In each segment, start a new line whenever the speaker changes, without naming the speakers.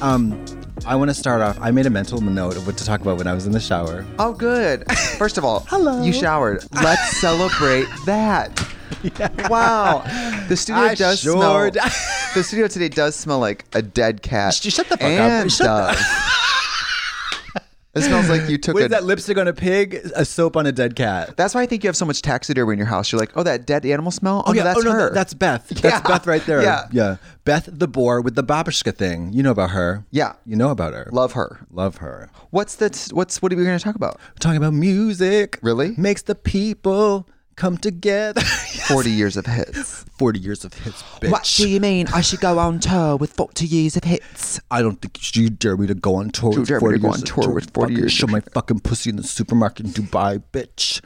Um, I want to start off. I made a mental note of what to talk about when I was in the shower.
Oh, good. First of all,
Hello.
You showered. Let's celebrate that. Wow. The studio
I
does
sure
smell.
d-
the studio today does smell like a dead cat.
Sh- shut the fuck up.
and
Shut the-
dove. it smells like you took
What
a.
is that lipstick on a pig? A soap on a dead cat.
that's why I think you have so much taxidermy in your house. You're like, oh, that dead animal smell. Oh, no, that's
oh, no,
her.
th- that's Beth. That's
Yeah.
Beth right there.
Yeah.
yeah. Beth the boar with the babushka thing. You know about her.
Yeah.
You know about her.
love her.
Love her.
What's that? What's what are we going to talk about?
We're talking about music.
Really?
Makes the people come together.
Forty years of hits.
40 years of hits, bitch.
you mean? I should go on tour with forty years of hits.
I don't think you dare me to go on tour.
You
with
dare me
40
to go
years
on
of-
tour with 40
fucking
years
Show
of-
my fucking pussy in the supermarket in Dubai, bitch.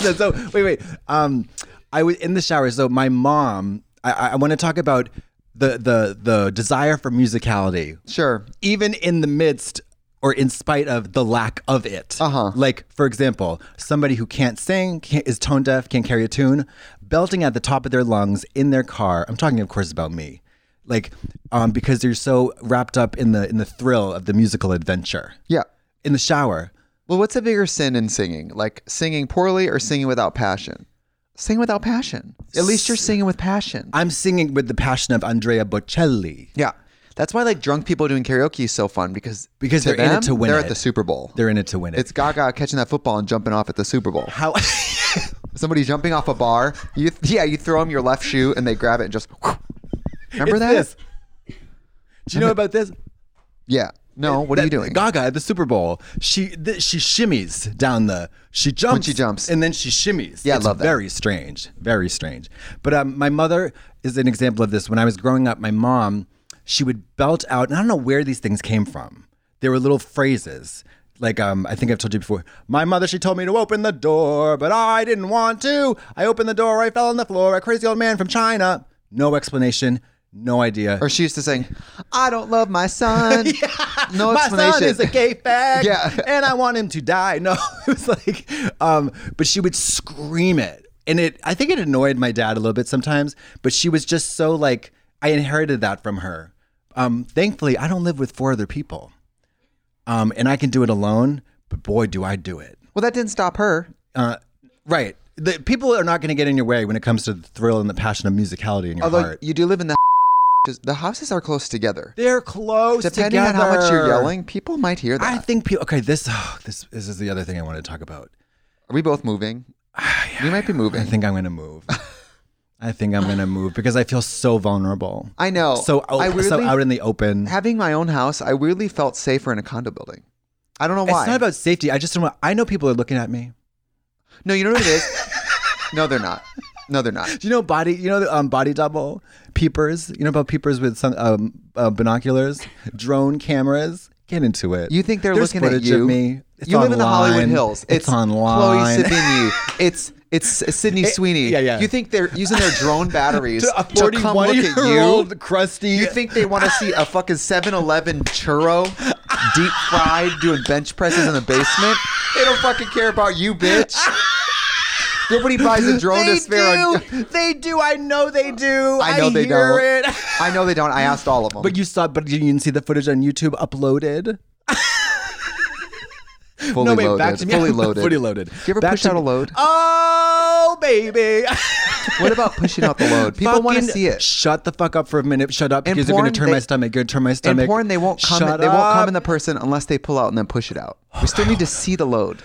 so, so wait, wait. Um, I was in the shower. So my mom. I, I, I want to talk about the the the desire for musicality,
Sure.
even in the midst or in spite of the lack of it.
Uh-huh.
Like for example, somebody who can't sing, can't, is tone deaf, can't carry a tune, belting at the top of their lungs in their car. I'm talking, of course, about me. Like, um, because they're so wrapped up in the in the thrill of the musical adventure
Yeah.
in the shower.
Well, what's a bigger sin in singing? Like singing poorly or singing without passion? Sing without passion. At least you're singing with passion.
I'm singing with the passion of Andrea Bocelli.
yeah. That's why like drunk people doing karaoke is so fun because
Because
to
they're in it
them,
to win
They're
it.
at the Super Bowl.
They're in it to win it.
it's Gaga catching that football and jumping off at the Super Bowl.
how
Somebody jumping off a bar. You yeah, you throw them your left shoe and they grab it and just. Remember
It's
that?
this. Do you know about this?
Yeah. No. What are you
that
doing?
Gaga at the Super Bowl. She th- she shimmies down the. She jumps.
she jumps.
and then she shimmies.
Yeah, I
it's
love that.
Very strange. Very strange. But um, my mother is an example of this. When I was growing up, my mom, she would belt out, and I don't know where these things came from. They were little phrases. Like um, I think I've told you before. My mother, she told me to open the door, but I didn't want to. I opened the door, I fell on the floor. A crazy old man from China. No explanation, no idea.
Or she used to sing, "I don't love my son." No
my
explanation.
son is a gay fag.
Yeah.
And I want him to die. No, it was like, um, but she would scream it. And it, I think it annoyed my dad a little bit sometimes, but she was just so like, I inherited that from her. Um, thankfully, I don't live with four other people. Um, and I can do it alone, but boy, do I do it.
well, that didn't stop her.
Uh, right. The, people are not going to get in your way when it comes to the thrill and the passion of musicality in your
Although
heart.
you do live in the 'cause the houses are close together.
They're close.
Depending on how much you're
together.
yelling, people might hear
I
that.
think people. Okay, this oh, this this is the other thing I want to talk about.
are we both moving? we might be
I
moving.
think I'm gonna move. I think I'm gonna move because I feel so vulnerable.
I know.
so out,
Oh, I
so
weirdly-
out in the open.
having my own house, I weirdly felt safer in a condo building. I don't know why.
It's not about safety. I just don't want. I know people are looking at me.
no, you know what it is. no, they're not. No, they're not.
Do you know body? You know the um, body double peepers. You know about peepers with some um, uh, binoculars, drone cameras. Get into it.
You think they're
There's
looking at
footage
you?
Of me. It's
you live in the Hollywood
online.
Hills.
It's, online.
Chloe Sevigny. it's it's Sydney Sweeney.
yeah, yeah.
You think they're using their drone batteries
To a
to come look at you?
41-year-old crusty.
You think they want to see a fucking 7-Eleven churro, deep fried, doing bench presses in the basement? They don't fucking care about you, bitch. Nobody buys a drone
they
to spare on.
do. they do. I know they do.
I know they
hear
don't.
It.
I know they don't. I asked all of them.
But you saw, but you didn't see the footage on YouTube uploaded.
fully
no, wait,
loaded.
back to me.
Fully loaded.
fully loaded.
Do you ever
Back
push
to
out
me.
a load?
Oh, baby.
What about pushing out the load? People want to
Fucking
see it.
Shut the fuck up for a minute. Shut up,
In
because you're gonna
porn,
turn
they-
my stomach. You're gonna turn my
In
stomach.
porn, they won't come.
Shut
they won't come in the
up.
person unless they pull out and then push it out. We still need to see the load.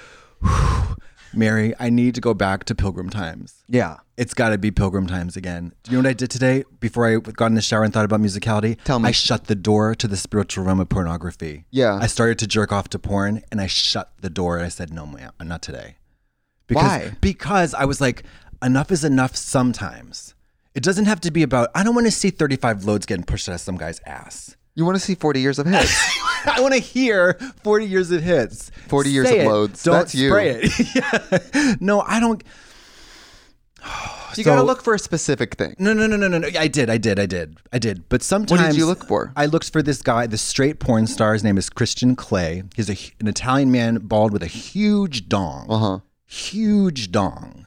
Mary, I need to go back to pilgrim times.
Yeah.
It's got to be pilgrim times again. Do you know what I did today before I got in the shower and thought about musicality?
Tell me.
I shut the door to the spiritual realm of pornography.
Yeah.
I started to jerk off to porn and I shut the door and I said, no, ma'am, not today. Because,
Why?
Because I was like, enough is enough sometimes. It doesn't have to be about, I don't want to see 35 loads getting pushed out of some guy's ass.
You want to see 40 years of hits.
I want to hear 40 years of hits.
40 years
Say
of
it.
loads.
Don't
That's you.
spray it. Yeah. No, I don't.
You got to
So-
look for a specific thing.
No, no, no, no, no, no. I did, I did, I did, I did. But sometimes
you look for?
I looked for this guy, the straight porn star. His name is Christian Clay. He's a, hu- an Italian man, bald with a huge dong.
Uh-huh.
Uh huh. Huge dong,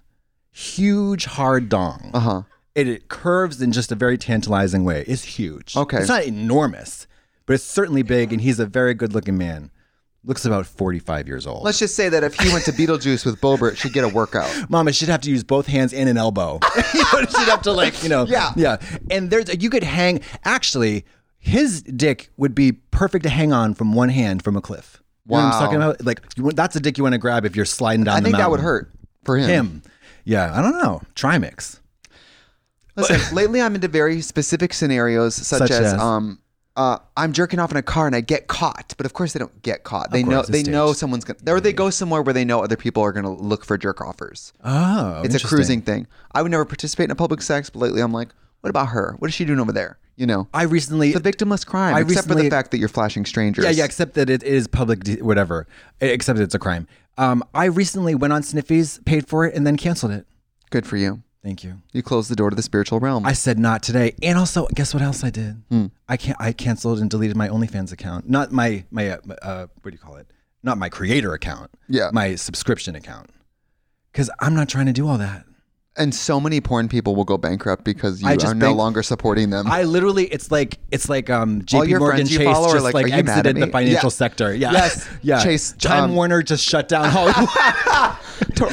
huge hard dong.
Uh-huh.
Uh huh. It, it curves in just a very tantalizing way. It's huge.
Okay.
It's not enormous, but it's certainly big, and he's a very good looking man. Looks about 45 years old.
Let's just say that if he went to Beetlejuice with Bobert, she'd get a workout.
Mama should have to use both hands and an elbow. you know, she'd have to like, you know,
Yeah.
yeah. And there's you could hang. Actually, his dick would be perfect to hang on from one hand from a cliff. You know what
Wow.
I'm talking about? Like you, want- that's a dick you want to grab if you're sliding down.
I
the
think that would
mountain.
hurt for him.
him. Yeah, I don't know. Trimix.
Listen, lately I'm into very specific scenarios, such,
Such
as,
as?
um, uh, I'm jerking off in a car and I get caught. But of course, they don't get caught. They
course,
know
it's
they know
staged.
someone's gonna, or they go somewhere where they know other people are gonna look for jerk offers.
Oh,
it's a
interesting.
cruising thing. I would never participate in a public sex, but lately I'm like, what about her? What is she doing over there? You know,
I recently.
it's a victimless crime,
I
except for the
recently-
fact that you're flashing strangers.
Yeah, yeah, except that it is public, de- whatever. Except that it's a crime. Um, I recently went on Sniffies, paid for it, and then canceled it.
Good for you.
Thank you.
You close the door to the spiritual realm.
I said not today. And also, guess what else I did?
Hmm.
I can I canceled and deleted my OnlyFans account. Not my my uh, uh, what do you call it? Not my creator account.
Yeah.
My subscription account. Because I'm not trying to do all that.
and so many porn people will go bankrupt because you
I
are
just
no
think-
longer supporting them.
I literally, it's like it's like um
All
JP
your
Morgan
friends you
Chase
follow are
just
like,
like,
"Are you mad at
exited
me?"
the
Yeah.
financial sector. Yeah.
Yes.
yeah.
Chase,
Time
um,
Warner just shut down Hollywood.
To-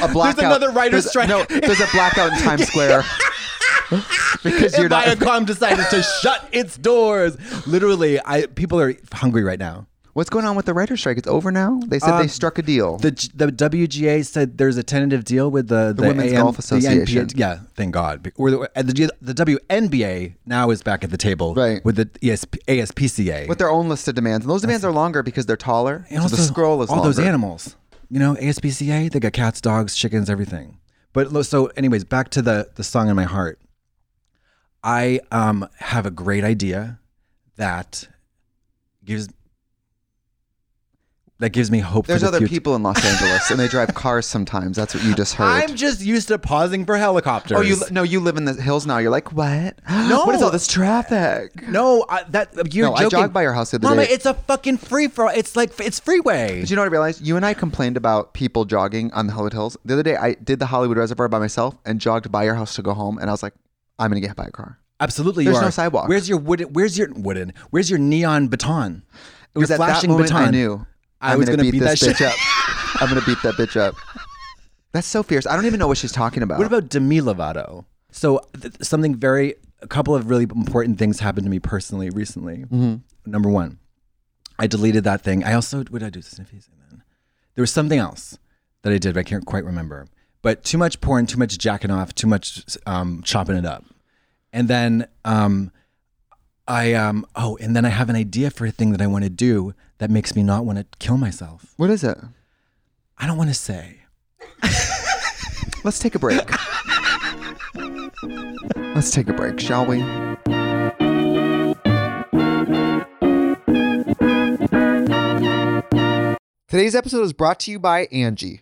a blackout.
another writer's
There's-
strike.
No, there's a blackout in Times Square because you're
and
not.
Viacom decided to shut its doors. Literally, I people are hungry right now.
What's going on with the writer's strike? It's over now. They said they struck a deal.
The the WGA said there's a tentative deal with the the,
Women's
AM
Golf
the
Association.
NPA yeah, thank God. Be- Or the, and the, G- the WNBA now is back at the table
Right.
with the E ESP, ASPCA.
with their own list of demands, and those demands are longer because they're taller.
and
so the scroll is
all
longer.
those animals. You know, ASPCA, they got cats, dogs, chickens, everything. But lo- so, anyways, back to the the song in my heart. I um have a great idea that gives that gives me hope.
There's
for the
other
future.
people in Los Angeles, and they drive cars sometimes. That's what you just heard.
I'm just used to pausing for helicopters.
oh, you no, you live in the hills now. You're like, what?
No.
what is all this traffic?
No, I, that you're
No, I
joking.
jogged by your house the other
Mama,
day.
it's a fucking free for all. It's like it's freeway.
Did you know what I realized? You and I complained about people jogging on the Hollywood Hills. The other day, I did the Hollywood Reservoir by myself and jogged by your house to go home, and I was like, I'm gonna get hit by a car.
Absolutely,
There's
you are.
no sidewalk.
Where's your wooden? Where's your wooden? Where's your neon baton? It
was
your
at that
flashing
moment
baton.
I knew
I
I'm
was gonna
beat
beat
this
that
bitch
shit.
up. I'm gonna beat that bitch up. That's so fierce. I don't even know what she's talking about.
What about Demi Lovato? So th- something very, a couple of really important things happened to me personally recently. Number one, I deleted that thing. I also what did I do? Sniffies and then there was something else that I did. But I can't quite remember. But too much porn, too much jacking off, too much um, chopping it up, and then um, I um oh, and then I have an idea for a thing that I want to do that makes me not want to kill myself.
what is it?
I don't want to say.
Let's take a break. Let's take a break, shall we? Today's episode is brought to you by Angie.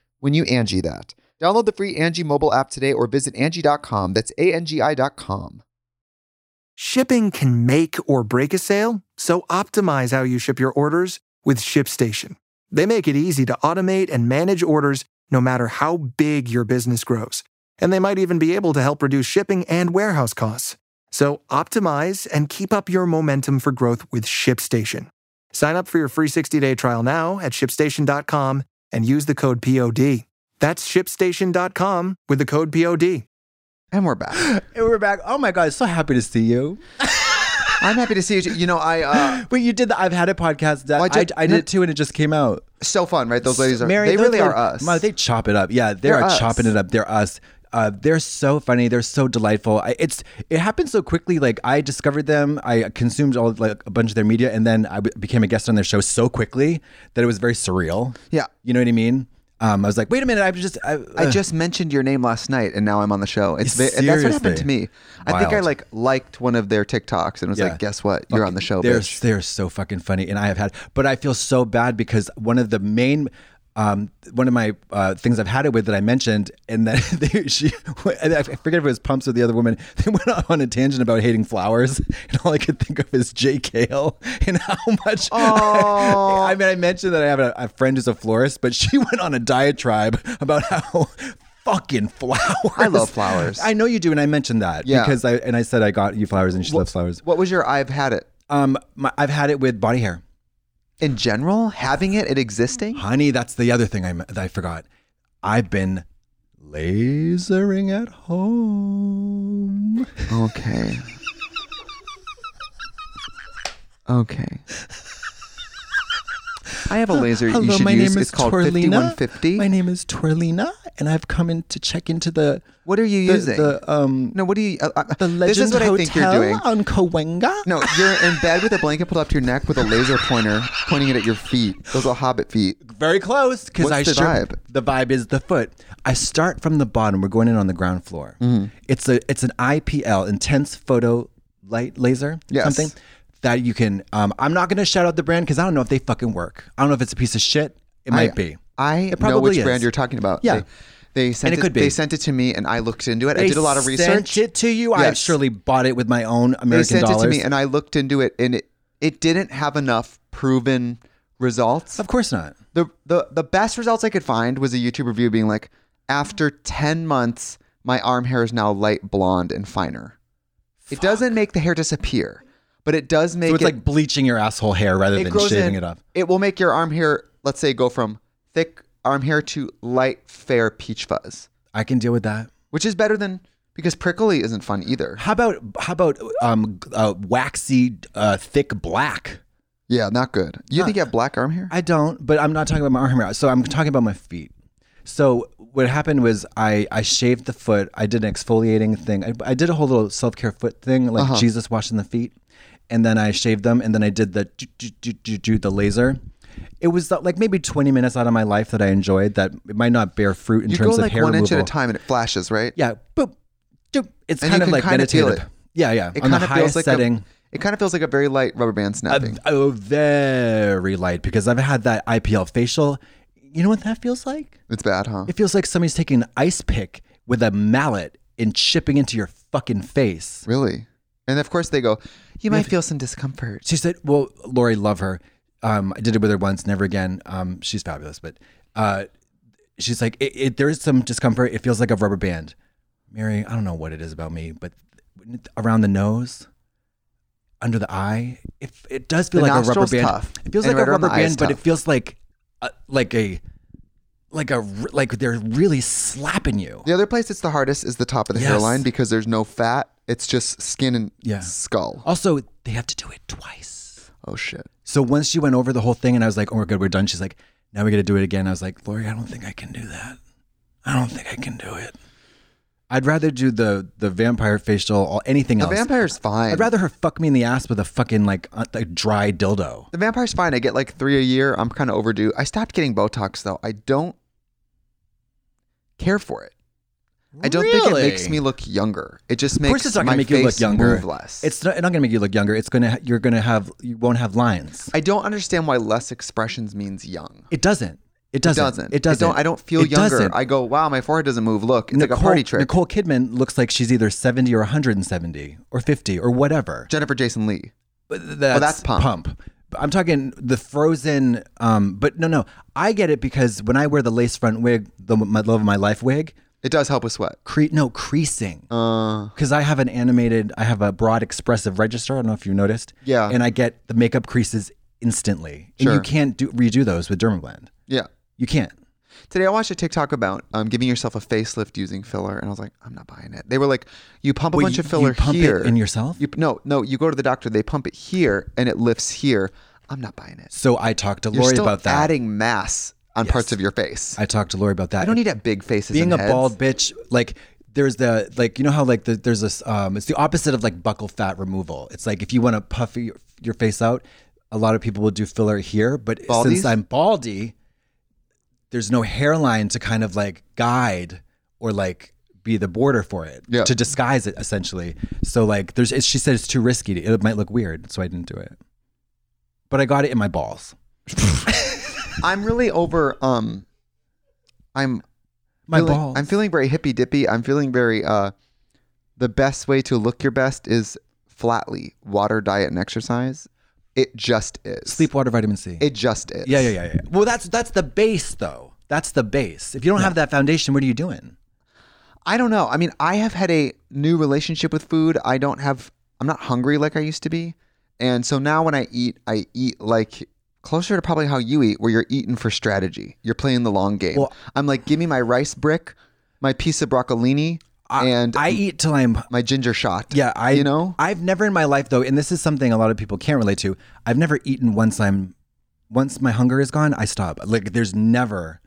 when you Angie that. Download the free Angie mobile app today or visit Angie.com. That's A N G I.com.
Shipping can make or break a sale, so optimize how you ship your orders with ShipStation. They make it easy to automate and manage orders no matter how big your business grows. and they might even be able to help reduce shipping and warehouse costs. So optimize and keep up your momentum for growth with ShipStation. Sign up for your free 60-day trial now at shipstation.com and use the code POD. That's shipstation.com with the code POD.
And we're back.
And we're back. Oh my God, so happy to see you.
I'm happy to see you. You know, I uh,
Wait, you did the I've Had It podcast. That,
Well, I
I,
ju-
I did it too, and it just came out.
so fun, right? Those ladies are
Mary,
they
those
really are
ladies-
us.
Ma, they chop it up. Yeah, they are
us.
chopping it up. They're us. Uh, they're so funny. They're so delightful. I, it's it happened so quickly. Like I discovered them. I consumed all like a bunch of their media, and then I be- became a guest on their show so quickly that it was very surreal.
Yeah.
you know what I mean. Um, I was like, wait a minute. I've just I,
I
uh,
just mentioned your name last night, and now I'm on the show. It's ve- and that's what happened to me.
Seriously.
I think I
Wild.
like liked one of their TikToks and was
Yeah.
like, "Guess what? You're on the show,
They're
bitch."
they're so fucking funny, and I have had, but I feel so bad because one of the main. Um, one of my uh, things I've had it with that I mentioned, and that they, she, and I forget if it was Pumps or the other woman, they went on a tangent about hating flowers, and all I could think of is Jay Kale and how much.
Aw.
I mean, I mentioned that I have a, a friend who's a florist, but she went on a diatribe about how fucking flowers.
I love flowers.
I know you do, and I mentioned that
Yeah.
because I and I said I got you flowers, and she loves flowers.
What was your "I've had it"?
Um, my, I've had it with body hair,
In general, having it, it existing.
honey. That's the other thing I that I forgot. I've been lasering at home.
Okay. Okay. I have a laser you
Hello,
should
my
use.
name
It's
is
called
Twirlina.
5150.
My name is Twirlina, and I've come in to check into the
what are you
the,
using?
the um
no, what do you? Uh, uh,
the Legend
this is what
Hotel
I think you're doing.
on Cahuenga.
No, you're in bed with a blanket pulled up to your neck with a laser pointer pointing it at your feet. Those little hobbit feet.
very close because
What's
I
the
sure-
vibe?
The vibe is the foot. I start from the bottom. We're going in on the ground floor.
Mm-hmm.
It's a it's an IPL intense photo light laser
Yes.
something that you can. Um, I'm not going to shout out the brand because I don't know if they fucking work. I don't know if it's a piece of shit. It might be.
I
It
know
probably
which
is.
brand you're talking about.
Yeah.
They, they sent
it could be.
They sent it to me, and I looked into it. I
They
did a lot of research.
Sent it to you. I
Yes.
surely bought it with my own American
they sent
dollars.
it to me, and I looked into it, and it, it didn't have enough proven results.
of course not.
the the the best results I could find was a YouTube review being like, after ten months, my arm hair is now light blonde and finer. It doesn't make the hair disappear, but it does make
So it's
it
like bleaching your asshole hair rather
it
than
grows
shaving
in.
it off.
It will make your arm hair, let's say, go from thick arm hair to light fair peach fuzz,
I can deal with that.
which is better than because prickly isn't fun either.
How about how about um, uh, waxy, uh, thick black?
Yeah, not good. You think you have black arm hair?
I don't, but I'm not talking about my arm hair. So I'm talking about my feet. So what happened was I I shaved the foot. I did an exfoliating thing. I, I did a whole little self care foot thing, like
Uh-huh.
Jesus washing the feet, and then I shaved them, and then I did the do, do, do, do, do, the laser. It was uh, like maybe 20 minutes out of my life that I enjoyed. That it might not bear fruit in
you go
terms of
like
hair
one inch
removal.
at a time, and it flashes, right?
Yeah, boop, doop. It's
And you
kind of
can
like
kinda feel
meditative.
it.
Yeah, yeah.
It
On the
kind of
highest
feels like
setting.
A, it kind of feels like a very light rubber band snapping.
Oh, very light because I've had that IPL facial. You know what that feels like?
it's bad, huh?
It feels like somebody's taking an ice pick with a mallet and chipping into your fucking face.
Really? And of course they go, you might feel some discomfort.
She said, "Well, Lori, love her. Um, I did it with her once, never again. Um, she's fabulous, but uh, she's like, it, it, there is some discomfort. It feels like a rubber band. Mary, I don't know what it is about me, but around the nose." Under the eye, it, it does feel
The
like a rubber
nostrils
band.
tough.
It feels
And
like
right
a
around
rubber
the eye is
band, but it
tough.
feels like, a, like a, like a, r- like they're really slapping you.
The other place it's the hardest is the top of the
Yes.
hairline because there's no fat. It's just skin and
Yeah.
skull.
Also, they have to do it twice.
Oh shit.
So once she went over the whole thing, and I was like, "Oh, we're good, we're done." She's like, "Now we got to do it again." I was like, "Lori, I don't think I can do that. I don't think I can do it. I'd rather do the the vampire facial or anything
The
else.
vampire's fine.
I'd rather her fuck me in the ass with a fucking like uh, a dry dildo.
The vampire's fine. I get like three a year. I'm kind of overdue. I stopped getting Botox though. I don't care for it. I don't think it
Really?
makes me look younger. It just
Of
makes
course, it's not
my
gonna make you look
face
younger.
move less.
It's not, not gonna make you look younger. It's gonna you're gonna have you won't have lines.
I don't understand why less expressions means young.
It doesn't. It doesn't.
doesn't.
It doesn't.
I don't, I don't feel
It
younger.
doesn't.
I go, wow, my forehead doesn't move. Look, it's
Nicole,
like a party trick.
Nicole Kidman looks like she's either 70 or 170 or 50 or whatever.
Jennifer Jason Lee.
But th- that's,
that's pump.
But I'm talking the frozen. Um, but no, no, I get it because when I wear the lace front wig, the my love of my life wig,
It does help with sweat.
Cre- no, creasing.
Uh,
Because I have an animated, I have a broad expressive register. I don't know if you noticed.
Yeah.
And I get the makeup creases instantly. And
Sure.
you can't do, redo those with Dermablend.
yeah.
You can't.
Today I watched a TikTok about um, giving yourself a facelift using filler, and I was like, I'm not buying it. They were like, you pump a
Wait,
bunch
you-
of filler
you pump it
here
in yourself?
You, no, no, you go to the doctor, they pump it here, and it lifts here. I'm not buying it.
So I talked to
You're
Lori
still
about that.
adding mass on parts of your face. I,
I talked to Lori about that.
don't need to have big faces.
being a
and heads.
bald bitch like there's the like you know how like the, there's this um it's the opposite of like buckle fat removal it's like if you want to puff your, your face out a lot of people will do filler here but
Baldies?
since i'm baldy there's no hairline to kind of like guide or like be the border for it
Yeah.
to disguise it essentially so like there's it's, she said it's too risky to, it might look weird so i didn't do it but i got it in my balls
I'm really over. Um, I'm
my
feeling-
balls
I'm feeling very hippy dippy. I'm feeling very. Uh, the best way to look your best is flatly water, diet, and exercise. It just is.
sleep water vitamin c
It just is.
Yeah, yeah, yeah, yeah. Well, that's that's the base though. That's the base. If you don't have that foundation, what are you doing?
I don't know. I mean, I have had a new relationship with food. I don't have. I'm not hungry like I used to be, and so now when I eat, I eat like closer to probably how you eat, where you're eating for strategy. You're playing the long game.
Well-
I'm like, give me my rice brick, my piece of broccolini, and
I eat till I'm
my ginger shot.
yeah, I
you know.
I've never in my life though, and this is something a lot of people can't relate to. I've never eaten once I'm once my hunger is gone, I stop. Like there's never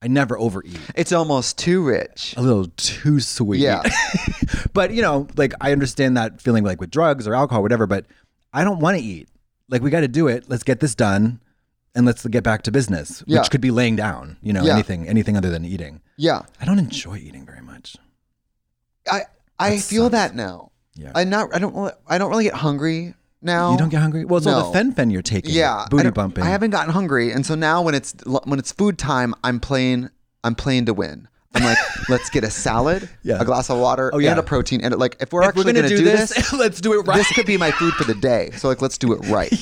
I never overeat.
It's almost too rich.
A little too sweet.
Yeah.
but you know, like I understand that feeling like with drugs or alcohol, whatever, but I don't want to eat. Like we gotta do it. Let's get this done and let's get back to business.
Yeah.
Which could be laying down, you know,
Yeah.
anything anything other than eating.
Yeah.
I don't enjoy eating very much.
I I
That
feel
sucks.
that now.
Yeah.
I'm not I don't really- I don't really get hungry now.
you don't get hungry? Well, it's all the
No.
fen fen you're taking.
Yeah. I
Booty
don't-
bumping.
I haven't gotten hungry and so now when it's when it's food time, I'm playing I'm playing to win. I'm like, let's get a salad,
Yeah.
a glass of water,
Oh, yeah.
and a protein. And like, if we're
If
actually going to do this, this,
let's do it right.
could be my food for the day. So like, let's do it right.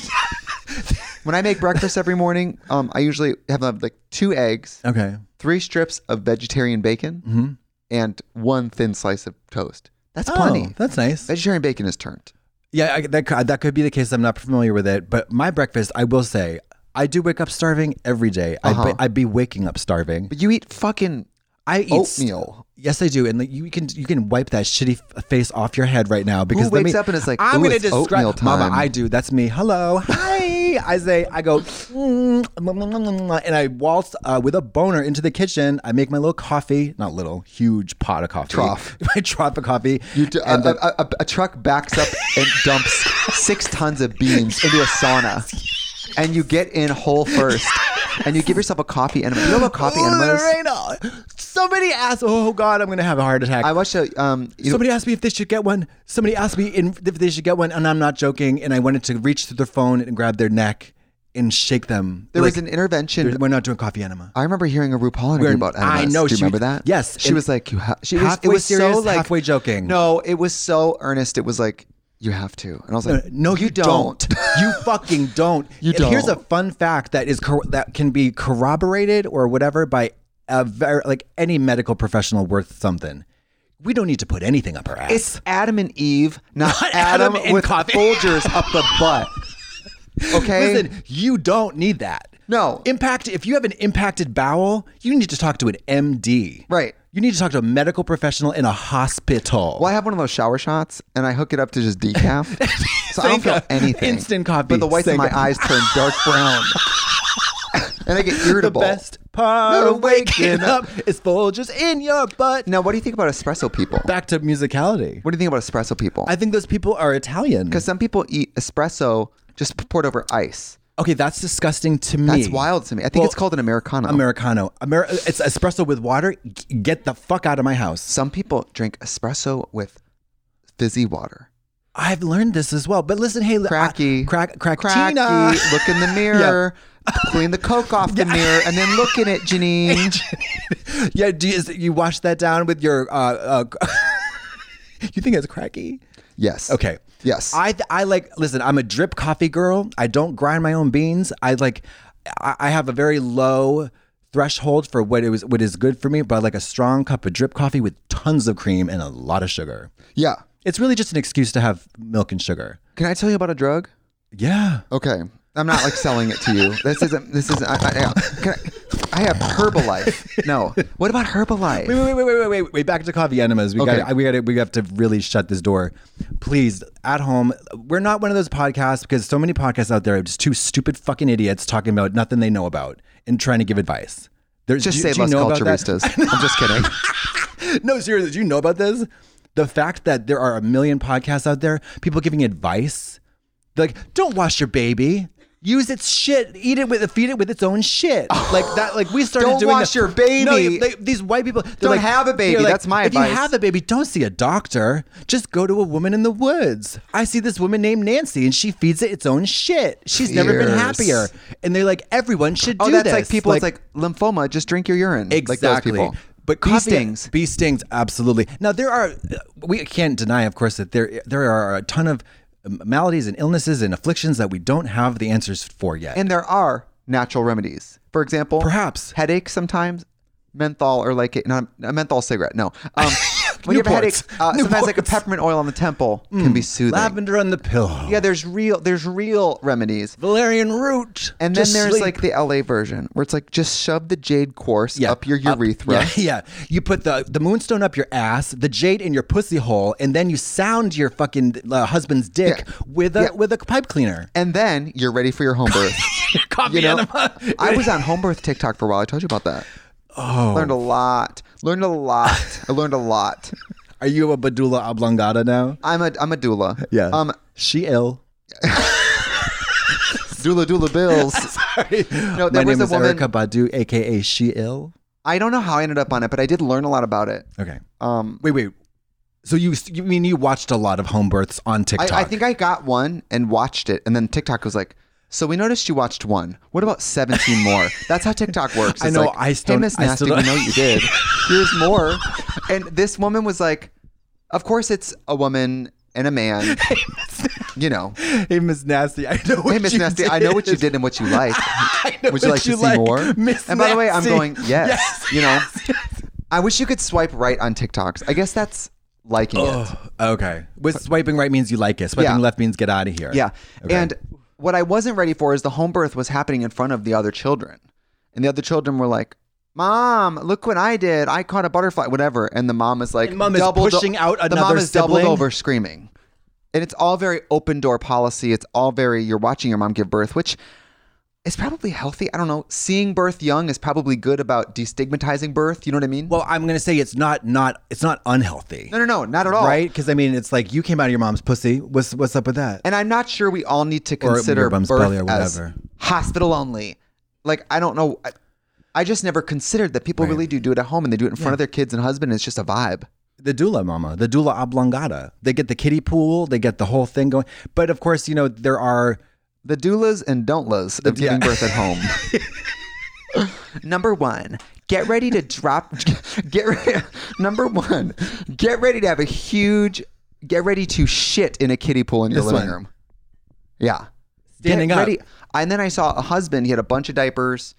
When I make breakfast every morning, um, I usually have uh, like two eggs,
okay.
three strips of vegetarian bacon and one thin slice of toast. That's plenty.
Oh, that's nice.
vegetarian bacon is turned.
Yeah, I, that could, that could be the case. I'm not familiar with it, but my breakfast, I will say, I do wake up starving every day.
Uh-huh.
I'd, be, I'd be waking up starving.
But you eat fucking
I eat
oatmeal.
Yes, I do, and like, you can you can wipe that shitty f- face off your head right now because let
wakes
me-
up and is like,
I'm
"Ooh,
gonna
it's
describe
oatmeal time."
Mama, I do. That's me. Hello, hi. I say, I go, mm, mm, mm, mm, mm, and I waltz uh, with a boner into the kitchen. I make my little coffee, not little, huge pot of coffee,
Trough.
my trough of coffee.
You uh, d- a,
and then-
a- a- a truck backs up and dumps six tons of beans into a sauna, and you get in whole first, and you give yourself a coffee and a you know what coffee enemas.
Lorena, somebody asked, oh God, I'm gonna have a heart attack.
I watched a um. You know,
Somebody asked me if they should get one. Somebody asked me in, if they should get one, and I'm not joking. And I wanted to reach through their phone and grab their neck and shake them.
there
Like,
was an intervention.
there- we're not doing coffee enema.
I remember hearing a RuPaul interview
We're-
about enemas.
I know,
Do you
she-
remember that?
yes,
She
and-
was like, you ha- she was, it
Halfway
was so
serious,
like
halfway joking.
No, it was so earnest. It was like, you have to, and I was like,
No, you, don't. you fucking don't.
You
And Here's a
don't.
fun fact that is cor- that can be corroborated or whatever by a ver- like any medical professional worth something. We don't need to put anything up our ass.
It's Adam and Eve, not,
Not Adam
Adam,
and
with
coffee.
Folgers up the butt. Okay.
Listen, you don't need that.
No.
Impact, if you have an impacted bowel, you need to talk to an MD.
Right.
You need to talk to a medical professional in a hospital.
Well, I have one of those shower shots, and I hook it up to just decaf, so I don't feel
Senka.
anything.
Instant coffee.
But the whites of
Senka.
my eyes turn dark brown, and I get
the
irritable.
best part
No,
of waking
waking
up is Folgers in your butt.
Now, what do you think about espresso people?
Back to musicality.
What do you think about espresso people?
I think those people are Italian.
Because some people eat espresso just poured over ice.
Okay, that's disgusting to me.
That's wild to me. I think
Well,
it's called an americano.
Americano. Amer- it's espresso with water. G- get the fuck out of my house.
some people drink espresso with fizzy water.
I've learned this as well. But listen, hey, li-
Cracky.
I, Uh, crack, crack,
Cracky. Look in the mirror. Clean the coke off the mirror, and then look in it, Janine.
yeah, do you, is, you wash that down with your. Uh, uh, you think it's cracky?
Yes.
Okay.
Yes.
I I like listen. I'm a drip coffee girl. I don't grind my own beans. I like. I, I have a very low threshold for what it was what is good for me, but I like a strong cup of drip coffee with tons of cream and a lot of sugar.
Yeah.
It's really just an excuse to have milk and sugar.
Can I tell you about a drug?
Yeah.
Okay. I'm not like selling it to you. This isn't. This isn't. I, I, I- can I, I have Herbalife. No. What about Herbalife?
Wait, wait, wait, wait, wait, wait, wait. Back to coffee enemas. We
Okay.
got, we got, we have to really shut this door. Please, at home, we're not one of those podcasts because so many podcasts out there are just two stupid fucking idiots talking about nothing they know about and trying to give advice. There's
Just
do-
save
do you
us,
know about that?
culturistas. I'm just kidding.
no, seriously, do you know about this? The fact that there are a million podcasts out there, people giving advice, They're like don't wash your baby, use its shit, eat it with, feed it with its own shit, like that. Like we started
Don't
doing
wash
the-
your baby.
No, you- they- these white people they're
Don't
like,
have a baby.
they're like,
That's my
if
advice."
you have a baby, don't see a doctor. Just go to a woman in the woods. I see this woman named Nancy, and she feeds it its own shit. She's never been
Fierce.
happier. And they're like, everyone should
Oh,
do
that's
this.
like people. it's like lymphoma. Just drink your urine. Like those people.
But
Bee
coffee
stings.
bee stings, absolutely. Now there are, we can't deny, of course, that there there are a ton of maladies and illnesses and afflictions that we don't have the answers for yet.
And there are natural remedies. For example,
Perhaps.
headaches sometimes, menthol or like a, not a menthol cigarette. No, um, when you have a
Newports.
headache, uh, sometimes like a
Newports. Mm.
peppermint oil on the temple can be soothing.
lavender on the pillow.
Yeah, there's real there's real remedies.
valerian root.
And then
Just
there's
sleep.
like the LA version where it's like just shove the jade quartz
Yeah,
up your urethra.
yeah, yeah. You put the the moonstone up your ass, the jade in your pussy hole, and then you sound your fucking uh, husband's dick
Yeah.
with a
Yeah.
with a pipe cleaner.
And then you're ready for your home birth.
Coffee
You know,
enema.
I was on home birth TikTok for a while. I told you about that. Oh. Learned a lot. Learned a lot. I learned a lot.
Are you a Badula oblongata now?
I'm a I'm a doula.
Yeah.
Um,
she ill.
doula doula bills.
Sorry.
No,
My
there was
name
a
is
woman-
Erica Badu, aka She Ill.
I don't know how I ended up on it, but I did learn a lot about it.
Okay.
Um,
Wait, wait. So you, you mean you watched a lot of home births on TikTok?
I, I think I got one and watched it, and then TikTok was like, "So we noticed you watched one. What about seventeen more?" That's how TikTok works.
I
It's
know,
Like,
I still-
hey, Miss
I
Nasty,
still
we
don't-
know you did. Here's more. And this woman was like, "Of course, it's a woman and a man. you know,
Hey, Miss Nasty, I know. What
hey, Miss
you
Nasty, I know what you did and what you like.
I know
Would you
what
like to see more?
Miss
and by the way, I'm
Nasty.
going yes.
Yes,
you know, I wish you could swipe right on TikToks. I guess that's liking it.
Oh, okay. With swiping right means you like it. Swiping
Yeah.
left means get out of here.
Yeah.
Okay.
And what I wasn't ready for is the home birth was happening in front of the other children. And the other children were like, Mom, look what I did. I caught a butterfly, whatever. And the mom is like,
And mom is
doubled-
pushing out
The mom
another
is doubled
sibling?
over screaming. And it's all very open door policy. It's all very, you're watching your mom give birth, which is probably healthy. I don't know. Seeing birth young is probably good about destigmatizing birth. You know what I mean?
Well, I'm gonna say it's not not it's not unhealthy,
no, no, no, not at all.
right? Because I mean, it's like you came out of your mom's pussy. What's what's up with that?
And I'm not sure we all need to
your
consider
bum's
birth
belly or
as
whatever.
hospital only. Like I don't know. I, I just never considered that people really do do it at home and they do it in front of their kids and husband. And it's just a vibe.
the doula mama, the doula oblongata. They get the kiddie pool, they get the whole thing going. But of course, you know, there are
The doulas and don'tlas of giving
yeah.
birth at home. Number one, get ready to drop. Get re- number one, get ready to have a huge. Get ready to shit in a kiddie pool in your
This
living
one.
room. Yeah.
standing
get
up.
ready. And then I saw a husband. He had a bunch of diapers,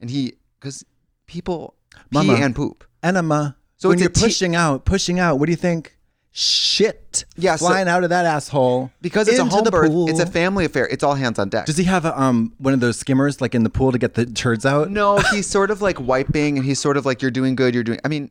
and he because people
Mama.
pee and poop.
Enema.
So
So when
it's a
you're
te-
pushing out, pushing out, what do you think? Shit.
Yeah, so-
Flying out of that asshole.
Because it's
into
a home
the
birth,
pool.
it's a family affair. It's all hands on deck.
Does he have a, um one of those skimmers like in the pool to get the turds out?
no, he's sort of like wiping, and he's sort of like you're doing good. You're doing. I mean,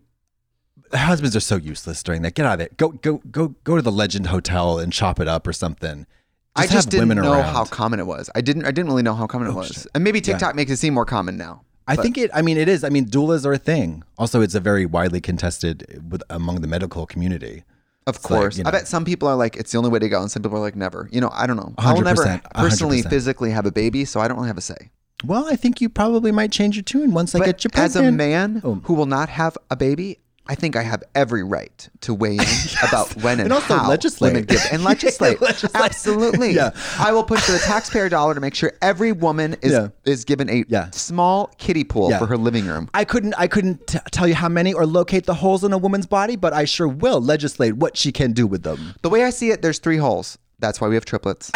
Husbands are so useless during that. Get out of there. Go go go go to the legend hotel and chop it up or something.
I
have
just didn't
women
know
around. Oh,
how common it was. I didn't. I didn't really know how common it was. And maybe TikTok makes it seem more common now.
I think it. I mean, it is. I mean, doulas are a thing. Also, it's a very widely contested with among the medical community.
Of
like,
course,
you
I
know.
bet some people are like it's the only way to go, and some people are like never. You know, I don't know. I'll never
100%,
personally
100%.
physically have a baby, so I don't really have a say.
Well, I think you probably might change your tune once I get you
as
pregnant.
a man
Oh.
who will not have a baby, I think I have every right to weigh in about when and,
And also
how
legislate.
women give and legislate. Absolutely.
Yeah.
I will push for the taxpayer dollar to make sure every woman is
Yeah.
is given a
Yeah.
small kiddie pool
Yeah.
for her living room.
I couldn't. I couldn't t- tell you how many or locate the holes in a woman's body, but I sure will legislate what she can do with them.
The way I see it, there's three holes. That's why we have triplets.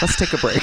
Let's take a break.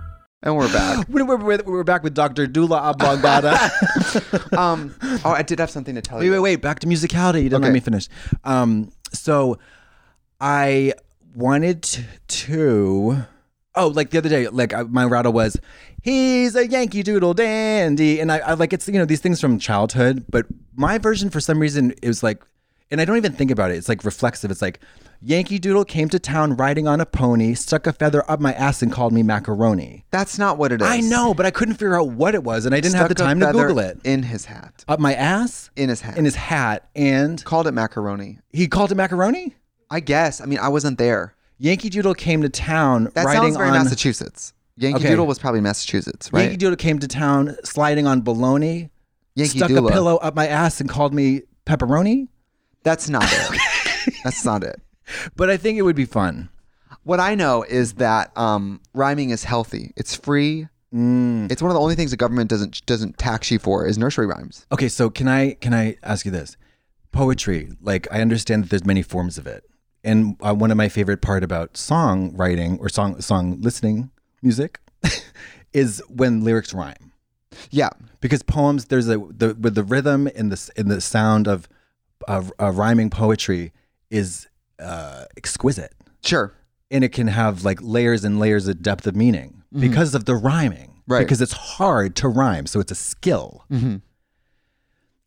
And we're back.
We're, we're, we're- we're back with Dr. Dula Abangada.
um, oh, I did have something to tell
wait,
you.
wait, wait. Back to musicality. You didn't let
Okay.
me finish. Um, so I wanted to. Oh, like the other day, like I, my rattle was, he's a Yankee Doodle dandy, and I, I like it's you know these things from childhood, but my version for some reason it was like, and I don't even think about it. It's like reflexive. It's like Yankee Doodle came to town riding on a pony, stuck a feather up my ass, and called me macaroni.
That's not what it is.
I know, but I couldn't figure out what it was, and I didn't have the
Stuck a
time to
feather
Google it.
In his hat.
Up my ass,
In his hat.
in his hat, and
Called it macaroni.
he called it macaroni.
I guess. I mean, I wasn't there.
Yankee Doodle came to town
That
riding
sounds very
on
Massachusetts. Yankee
Okay.
Doodle was probably Massachusetts, right?
Yankee Doodle came to town sliding on bologna,
Yankee
stuck
Doodle.
a pillow up my ass, and called me pepperoni.
That's not it. That's not it.
But I think it would be fun.
What I know is that um, rhyming is healthy. It's free.
Mm.
It's one of the only things the government doesn't doesn't tax you for is nursery rhymes.
Okay, so can I can I ask you this? Poetry, like I understand that there's many forms of it, and uh, one of my favorite part about song writing or song song listening music is when lyrics rhyme.
Yeah,
because poems there's a the with the rhythm and the s- and the sound of uh, uh, rhyming poetry is uh, exquisite
sure.
and it can have like layers and layers of depth of meaning because of the rhyming
Right.
because it's hard to rhyme so it's a skill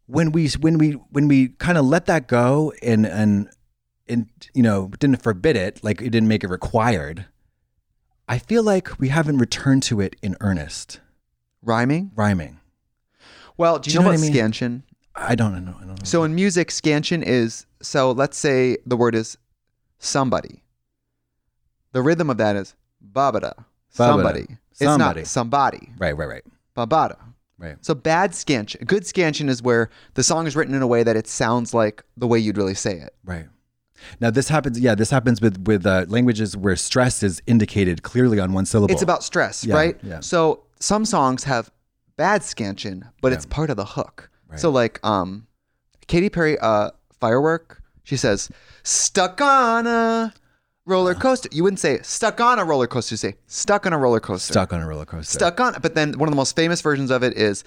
when we when we when we kind of let that go and and and you know didn't forbid it like it didn't make it required i feel like we haven't returned to it in earnest
Rhyming.
rhyming
Well, do you,
Do you
know,
know
about
what I mean?
scansion?
i don't know i don't know
So in music, scansion is so. Let's say the word is somebody. The rhythm of that is babada. Somebody. It's
Somebody.
not somebody.
right right right
Babada.
Right.
So bad scansion. Good scansion is where the song is written in a way that it sounds like the way you'd really say it.
Right. Now this happens. Yeah, this happens with with uh, languages where stress is indicated clearly on one syllable.
It's about stress,
Yeah,
right?
yeah.
So some songs have bad scansion, but it's part of the hook. So like um Katy Perry uh Firework, she says stuck on a
Uh-huh.
roller coaster. You wouldn't say stuck on a roller coaster, you say stuck on a roller coaster.
stuck on a roller coaster.
Stuck on but then one of the most famous versions of it is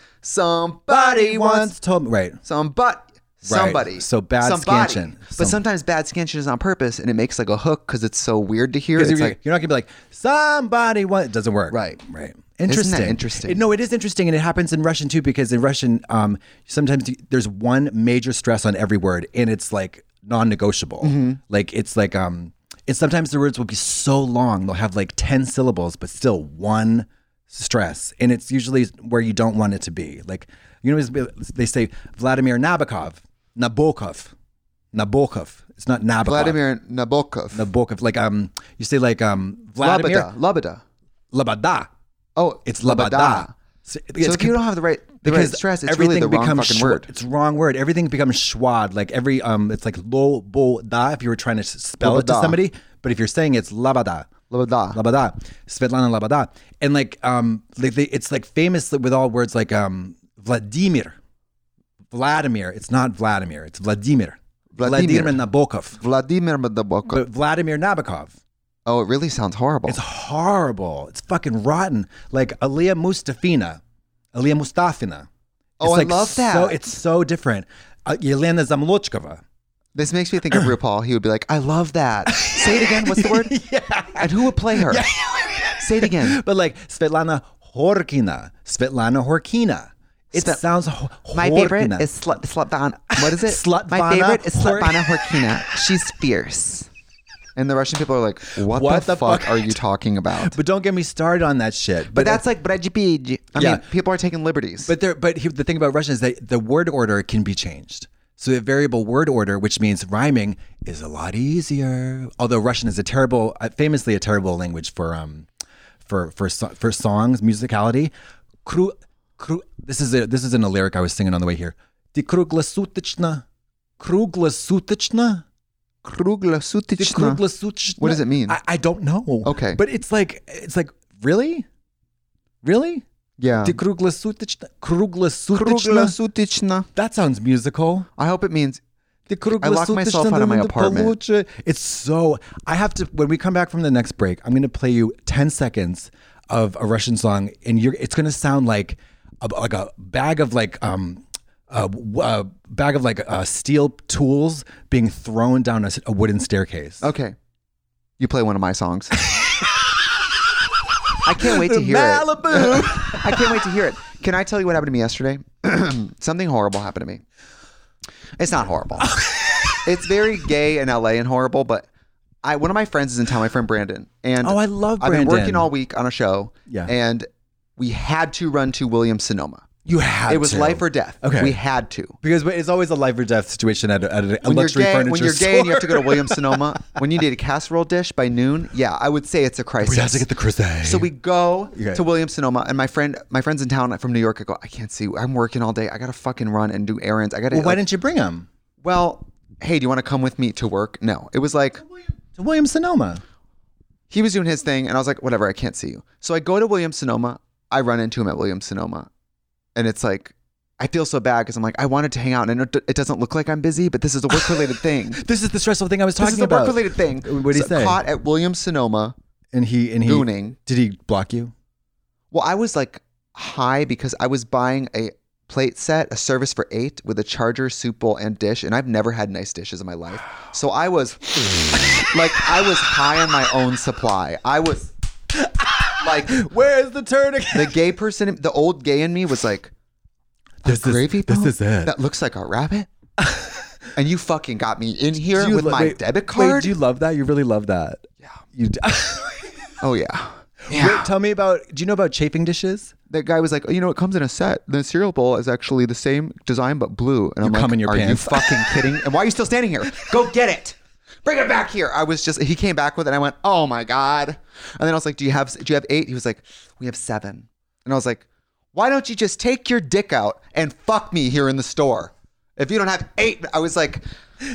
somebody once
told me. Right.
somebody somebody.
So bad
somebody.
scansion.
But
Some-
sometimes bad scansion is on purpose and it makes like a hook cuz it's so weird to hear.
Because
It's
you're,
like
you're not gonna be like somebody. One it doesn't work.
Right.
Right. Interesting.
interesting?
It- no, it is interesting, and it happens in Russian too. Because in Russian, um, sometimes you, there's one major stress on every word, and it's like non-negotiable.
Mm-hmm.
Like it's like um, and sometimes the words will be so long they'll have like ten syllables, but still one stress, and it's usually where you don't want it to be. Like you know, they say Vladimir Nabokov, Nabokov, Nabokov. It's not Nabokov.
Vladimir Nabokov.
Nabokov. Like um, you say like um, Vladimir.
Labada. Labada.
Labada.
Oh,
It's labada.
So
So,
if you don't have the right, the right stress, it's really the wrong fucking
schwa-
word.
It's wrong word. Everything becomes schwad. Like every um, it's like lo bo da. If you were trying to s- spell it to
Labada.
somebody, but if you're saying it's labada,
Labada.
labada, Svetlana labada, and like um, like they, it's like famous with all words like um, Vladimir, Vladimir. It's not Vladimir. It's Vladimir.
Vladimir.
Nabokov.
Vladimir Nabokov.
But Vladimir Nabokov.
oh, it really sounds horrible.
It's horrible. It's fucking rotten. Like Aliyah Mustafina. Aliyah Mustafina.
Oh,
It's
I
like
love that.
So, it's so different. Uh, Yelena Zamlochkova.
this makes me think of RuPaul. He would be like, "I love that." Say it again. What's the word? And who would play her? Say it again.
But like Svetlana Horkina. Svetlana Horkina. It
Sve-
sounds ho-
My favorite
Horkina.
is Slut Slutvana. What is it?
Slutvana
My favorite is
Hor-
Slutvana Horkina. She's fierce. And the Russian people are like, "What,
What
the,
the
fuck,
fuck?
are you talking about?" But,
But don't get me started on that shit. But,
that's like Brejipij. I
Yeah.
mean, people are taking liberties.
But there, but he, the thing about Russian is that the word order can be changed. So the variable word order, which means rhyming, is a lot easier. Although Russian is a terrible, uh, famously a terrible language for um, for for so- for songs musicality. Кру, кру, this is a, this isn't a lyric I was singing on the way here. Ти круглосуточно, круглосуточно, ти
Круглосуточно.
круглосуточно.
What does it mean?
I, I don't know.
Okay.
but it's like it's like really, really.
Yeah.
Ти круглосуточно, круглосуточно.
Круглосуточно.
That sounds musical.
I hope it means
The
I locked myself out of my apartment.
It's so. I have to. When we come back from the next break, I'm going to play you 10 seconds of a Russian song, and you're. It's going to sound like a, like a bag of like um a, w- a bag of like uh, steel tools being thrown down a, s- a wooden staircase.
okay. You play one of my songs. I can't wait to hear it.
Malibu.
I can't wait to hear it. Can I tell you what happened to me yesterday? Something horrible happened to me. It's not horrible. it's very gay in LA and horrible, but I one of my friends is in town, my friend Brandon. And
Oh, I love
I've been
Brandon.
working all week on a show.
Yeah.
And we had to run to Williams Sonoma.
you have.
It was
to.
life or death.
Okay.
We had to.
because it's always a life or death situation at a, at a
When you're,
luxury
gay,
furniture
when you're
store.
gay and you have to go to Williams Sonoma, when you need a casserole dish by noon, yeah, I would say it's a crisis.
we have to get the crusade.
So we go
Okay.
to Williams Sonoma, and my friend, my friend's in town from New York. I go, I can't see. I'm working all day. I gotta fucking run and do errands. I gotta.
Well, why
like-
didn't you bring him
well, hey, do you want to come with me to work? No, it was like
to Williams Sonoma?
he was doing his thing, and I was like, whatever. I can't see you. So I go to Williams Sonoma. I run into him at Williams Sonoma, and it's like. I feel so bad because I'm like I wanted to hang out and it it doesn't look like I'm busy, but this is a work related thing.
This is the stressful thing I was talking
this is a work
about.
related thing.
What did he say?
Caught at Williams Sonoma.
and he and he
gooning.
Did he block you?
Well, I was like high because I was buying a plate set, a service for eight with a charger, soup bowl, and dish, and I've never had nice dishes in my life. So I was like, I was high on my own supply. I was like,
Where is the tourniquet?
the gay person, the old gay in me was like, a
This is-
gravy
this
boat
is it.
That looks like a rabbit. and you fucking got me in here
Do you
with
lo-
my
wait,
debit
wait,
card.
do you love that? You really love that. Yeah. You. d-
oh yeah.
Wait, tell me about. Do you know about chafing dishes?
that guy was like, oh, you know, it comes in a set. The cereal bowl is actually the same design but blue. And I'm like,
cum in your
are
pants."
you fucking kidding? And why are you still standing here? Go get it. Bring it back here. I was just he came back with it. And I went, oh my god. And then I was like, do you have do you have eight? He was like, we have seven. And I was like, why don't you just take your dick out and fuck me here in the store? If you don't have eight, I was like,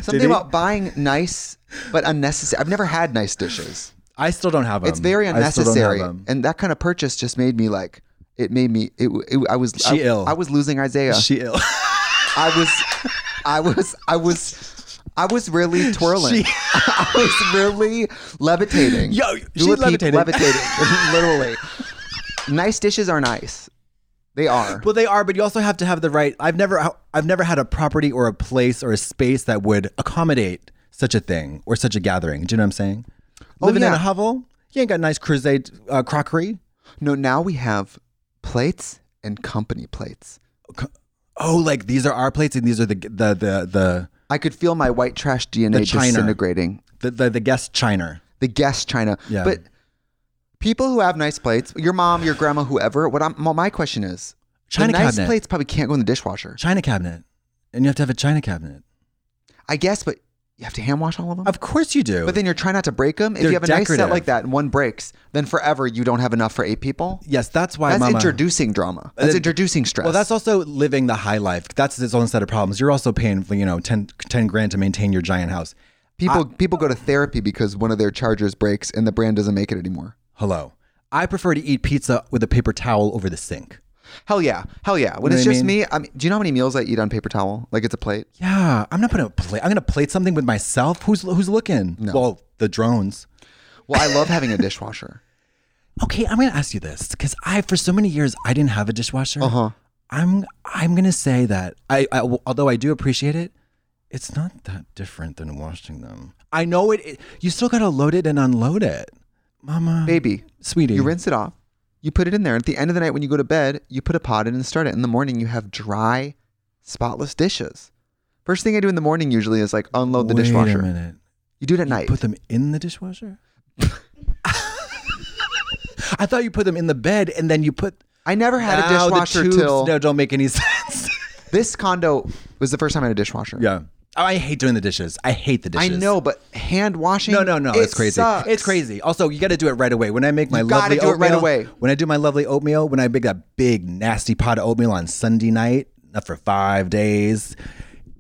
something
he?
about buying nice but unnecessary. I've never had nice dishes.
I still don't have them.
It's very
I still don't have
unnecessary,
them.
and that kind of purchase just made me like it made me it. it I was
She
I,
ill.
I was losing Isaiah.
she ill.
I was, I was, I was, I was really twirling.
She-
I was really levitating.
Yo,
Do
she
a peep,
levitated.
levitating, literally. Nice dishes are nice. They are.
well, they are, but you also have to have the right. I've never. I've never had a property or a place or a space that would accommodate such a thing or such a gathering. Do you know what I'm saying? Living in
Oh, yeah.
a hovel, you ain't got nice crusade uh, crockery.
no, now we have plates and company plates.
Oh, like these are our plates and these are the the the the
I could feel my white trash DNA
The china.
disintegrating.
the, the, the guest chiner.
the guest china.
Yeah.
But people who have nice plates, your mom, your grandma, whoever. What I'm, well, my question is,
China
the nice
cabinet.
plates probably can't go in the dishwasher.
China cabinet. And you have to have a China cabinet.
I guess, but you have to hand wash all of them.
Of course you do.
but then you're trying not to break them. If
They're
you have a nice set
decorative.
like that and one breaks, then forever you don't have enough for eight people.
yes, that's why
that's
mama. Uh,
introducing drama. That's
then-
introducing stress.
Well, that's also living the high life. That's its own set of problems. You're also paying, you know, 10, 10 grand to maintain your giant house.
people. people go to therapy because one of their chargers breaks and the brand doesn't make it anymore.
Hello. I prefer to eat pizza with a paper towel over the sink.
Hell yeah, hell yeah. When
You know
it's
what I
just
mean?
me, I mean, do you know how many meals I eat on paper towel? Like it's a plate.
Yeah, I'm not gonna play. I'm gonna plate something with myself. Who's who's looking? Well, the drones.
Well, I love having a dishwasher.
Okay, I'm gonna ask you this because I, for so many years, I didn't have a dishwasher.
Uh-huh.
Uh huh. I'm I'm gonna say that I, I, although I do appreciate it, it's not that different than washing them. I know it. it you still gotta load it and unload it, Mama,
Baby,
sweetie.
You rinse it off. You put it in there. At the end of the night, when you go to bed, you put a pot in and start it. In the morning, you have dry, spotless dishes. First thing I do in the morning usually is like unload the
Wait
dishwasher.
a minute.
You do it at night.
Put them in the dishwasher. I thought you put them in the bed and then you put.
I never had a
Ow, the
dishwasher
tubes
till
no, don't make any sense.
this condo was the first time I had a dishwasher.
yeah. Oh, I hate doing the dishes. I hate the
I
dishes.
know, but hand washing.
No, no, no.
it
it's crazy.
sucks.
It's crazy. Also, you got to do it right away. When I make my
You gotta
lovely
do it right
oatmeal-
away.
When I do my lovely oatmeal, when I make that big nasty pot of oatmeal on Sunday night, not for five days.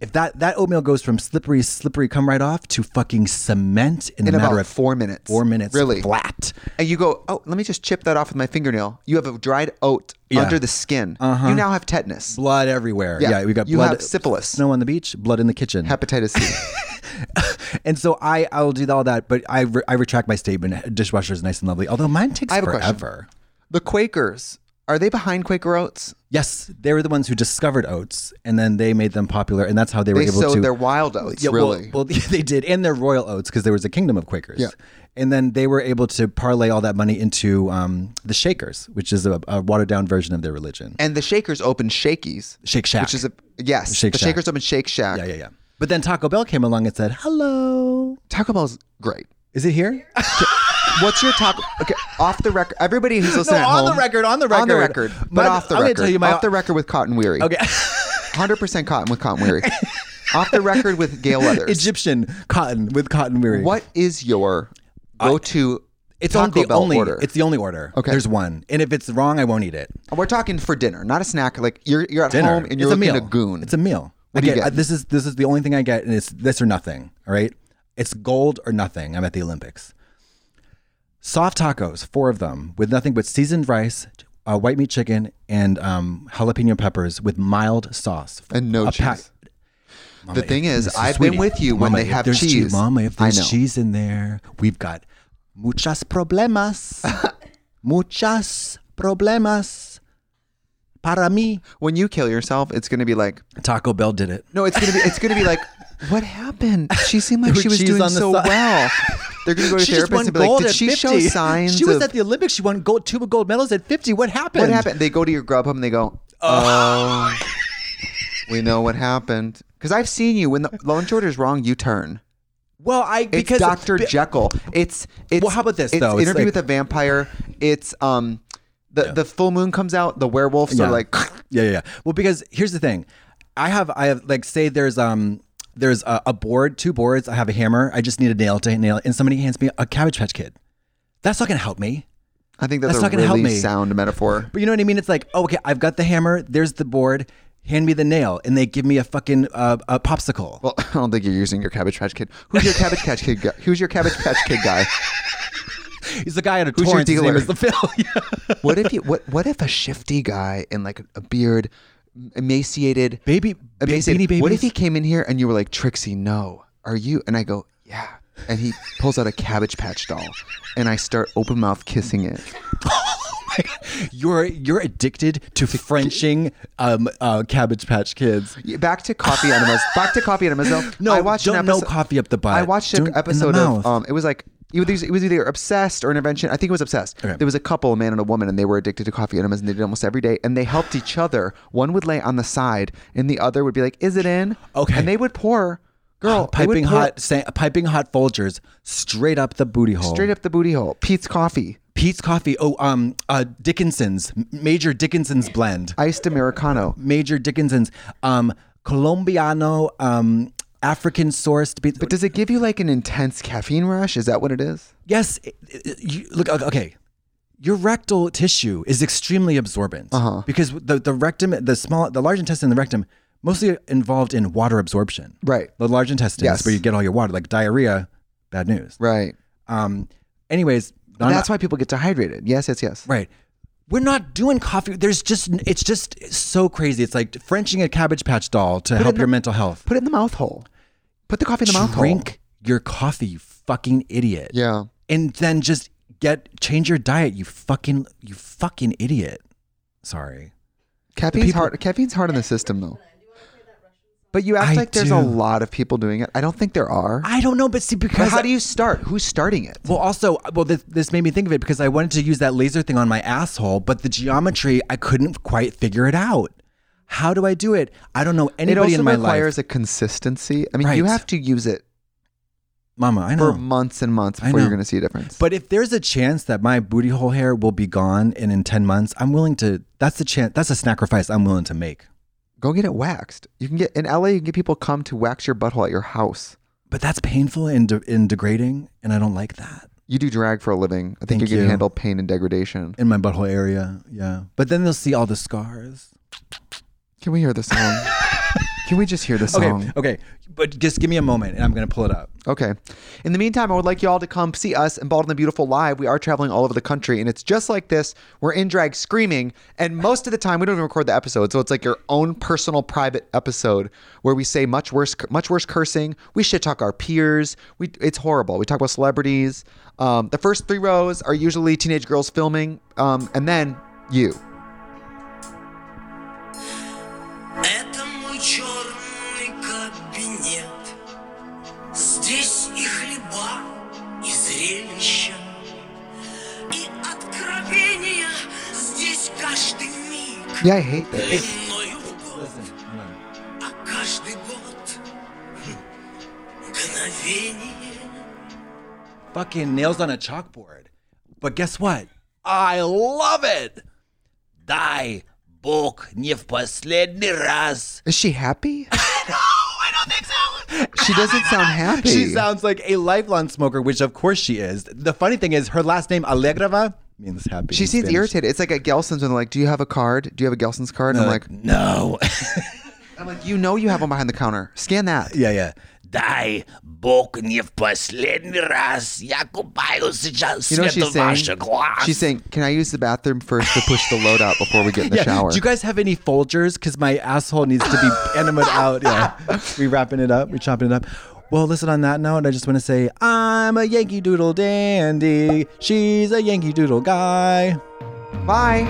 If that that oatmeal goes from slippery, slippery, come right off to fucking cement in,
In
a matter
about
of
four minutes.
Four minutes,
Really.
flat.
And you go, oh, let me just chip that off with my fingernail. You have a dried oat
Yeah. Uh-huh.
under the skin. You now have tetanus,
Blood everywhere.
Yeah.
Yeah, we got
You
blood.
have syphilis.
Snow on the beach. Blood in the kitchen.
hepatitis C.
And so I I will do all that, but I re- I retract my statement. Dishwasher is nice and lovely, although mine takes
I have a question.
forever.
the Quakers are they behind Quaker Oats?
Yes, they were the ones who discovered oats, and then they made them popular, and that's how they were
They
able
sowed
to.
their wild oats.
Yeah, well-
really?
Well, they did, and their royal oats because there was a kingdom of Quakers.
Yeah.
And then they were able to parlay all that money into um, the Shakers, which is a, a watered down version of their religion.
and the Shakers opened Shakies,
Shake Shack.
which is a yes.
Shake
the
Shack.
Shakers opened Shake Shack.
yeah, yeah, yeah. But then Taco Bell came along and said, "Hello,
Taco Bell's great.
is it here?"
What's your taco? Okay, off the record. Everybody who's listening
No,
at
on the
home-
record, on the
on the
record.
record, but
My-
off the
I'm gonna
record.
tell you my-
off the record with Cotton Weary.
Okay.
hundred percent cotton with Cotton Weary. off the record with Gail Weathers.
Egyptian cotton with cotton weary.
What is your go-to?
It's
Taco
on the
Bell
only
order.
It's the only order.
Okay.
There's one, and if it's wrong, I won't eat it.
We're talking for dinner, not a snack. Like you're you're at
dinner.
home and you're
it's a
looking
meal.
a goon.
It's a meal. I
do you
get,
get?
I- this is this is the only thing I get, and it's this or nothing. All right, it's gold or nothing. I'm at the Olympics. Soft tacos, four of them, with nothing but seasoned rice, uh, white meat chicken, and um, jalapeno peppers with mild sauce
And no
A
cheese.
Mama,
The thing
if-
is,
this
I've
sweetie.
been with you when
Mama,
they
if
have
there's
cheese.
Mama, if
I
there's
know.
cheese in there, we've got muchas problemas, muchas problemas. Para mí,
when you kill yourself, it's gonna be like
Taco Bell did it.
no, it's gonna be it's gonna be like what happened? She seemed like
There
she
was
was
cheese
doing
on the
so
side."
well. They're gonna go to
She just
therapists
won
and be like,
gold
did
at
she
50.
show signs?
She was
of,
at the Olympics. She won gold, two gold medals at 50. What happened?
what happened? They go to your Grubhub and they go, oh, we know what happened. Because I've seen you when the lunch order is wrong, you turn.
Well, I
It's
because
Dr.
be-
Jekyll. It's it's.
Well, how about this,
it's
though? It's
Interview
like-
with a vampire. It's um, the the full moon comes out. The werewolves
Yeah.
are like.
Yeah, yeah, yeah. Well, because here's the thing, I have I have like say there's um there's a, a board, two boards. I have a hammer. I just need a nail to nail, it, and somebody hands me a Cabbage Patch Kid. That's not gonna help me.
I think that's,
That's
a
not gonna
really
help me.
sound metaphor.
But you know what I mean? It's like, oh, okay, I've got the hammer. There's the board. Hand me the nail, and they give me a fucking uh, a popsicle.
Well, I don't think you're using your Cabbage Patch Kid. Who's your Cabbage Patch Kid guy? Who's your Cabbage Patch Kid guy?
He's the guy out of
who's your
Torrance. His name
dealer?
is the Phil. Yeah.
What if you what What if a shifty guy in like a beard, emaciated,
Baby, ba-
emaciated?
Beanie
What if he
Babies?
came in here and you were like, Trixie, no, are you? And I go, yeah. And he pulls out a Cabbage Patch doll, and I start open mouth kissing it.
You're you're addicted to Frenching um, uh, Cabbage Patch Kids.
Yeah, Back to coffee enemas. Back to coffee enemas. Though
No,
I watched an
don't- no
episode-
coffee up the butt.
I watched
Don't-
an
in the
episode of
mouth.
um. It was like it was, it was either obsessed or intervention. I think it was obsessed.
Okay.
There was a couple, a man and a woman, and they were addicted to coffee enemas, and they did it almost every day. And they helped each other. One would lay on the side, and the other would be like, "Is it in?"
Okay.
And they would pour. Girl, they would
piping
pour
hot, sa- piping hot Folgers straight up the booty hole.
straight up the booty hole. Pete's coffee,
Pete's Coffee. Oh, um, uh, Dickinson's Major Dickinson's blend.
iced americano.
Major Dickinson's um, Colombiano um, African sourced. Be-
But does it give you like an intense caffeine rush? Is that what it is?
yes, it- it- you, look okay. Your rectal tissue is extremely absorbent
Uh-huh.
because the the rectum, the small, the large intestine, and the rectum, mostly involved in water absorption.
Right.
The large intestine
Yes.
is where you get all your water, like diarrhea. Bad news.
Right.
Um. Anyways,
That's why people get dehydrated. Yes, yes, yes.
Right. We're not doing coffee. There's just it's just so crazy. It's like Frenching a cabbage patch doll to
it
help
in
your
the-
mental health.
Put it in the mouth hole. Put the coffee in the mouth hole.
Drink your coffee, you fucking idiot.
Yeah.
And then just get change your diet, you fucking you fucking idiot. Sorry.
Caffeine's
people-
hard. Caffeine's hard on the system, though. But you act
I
like there's a
do.
lot of people doing it. I don't think there are.
I don't know, but see
but
because
how do you start? Who's starting it?
well, also, well, this, this made me think of it because I wanted to use that laser thing on my asshole, but the geometry, I couldn't quite figure it out. How do I do it? I don't know
It
anybody
also
in my
requires
life.
a consistency. I mean, you
Right.
have to use it
Mama, I know.
for months and months
I
before you're
know.
going to see a difference.
But if there's a chance that my booty hole hair will be gone and in 10 months, I'm willing to, that's the chance, that's a sacrifice I'm willing to make.
Go get it waxed. You can get in LA. You can get people come to wax your butthole at your house.
But that's painful and, de- and degrading, and I don't like that.
You do drag for a living. I think
Thank
you can
you.
handle pain and degradation.
In my butthole area, yeah. But then they'll see all the scars.
Can we hear the song? can we just hear the
Okay,
song?
okay. But just give me a moment, and I'm gonna pull it up.
Okay. In the meantime, I would like you all to come see us in Bald and the Beautiful live. We are traveling all over the country, and it's just like this. We're in drag screaming, and most of the time we don't even record the episode, so it's like your own personal private episode where we say much worse, much worse cursing. We shit talk our peers. We it's horrible. We talk about celebrities. Um, the first three rows are usually teenage girls filming, um, and then you.
Это мой черный кабинет. Здесь и хлеба, и зрелища, и откровения. Здесь каждый миг
Yeah, I hate this.
мною в год, а каждый год мгновение.
Fucking nails on a chalkboard. But guess what? I love it. Дай бог не в последний раз.
Is she happy?
I don't think so.
She doesn't sound happy.
She sounds like a lifelong smoker, which of course she is. The funny thing is, her last name Alegrava means happy.
She
in
seems
Spanish.
irritated. It's like at Gelson's when they're like, "Do you have a card? Do you have a Gelson's card?" And I'm like,
No.
"I'm like, you know, you have one behind the counter. Scan that."
yeah, yeah.
Дай Бог не в последний раз. Я купаю сейчас
You know what she's saying? She's saying, "Can I use the bathroom first to push the load out before we get in the
Yeah.
shower?"
Do you guys have any Folgers? Because my asshole needs to be enemas out. Yeah. We wrapping it up. We chopping it up. Well, listen, on that note, I just want to say I'm a Yankee Doodle dandy. She's a Yankee Doodle guy.
Bye.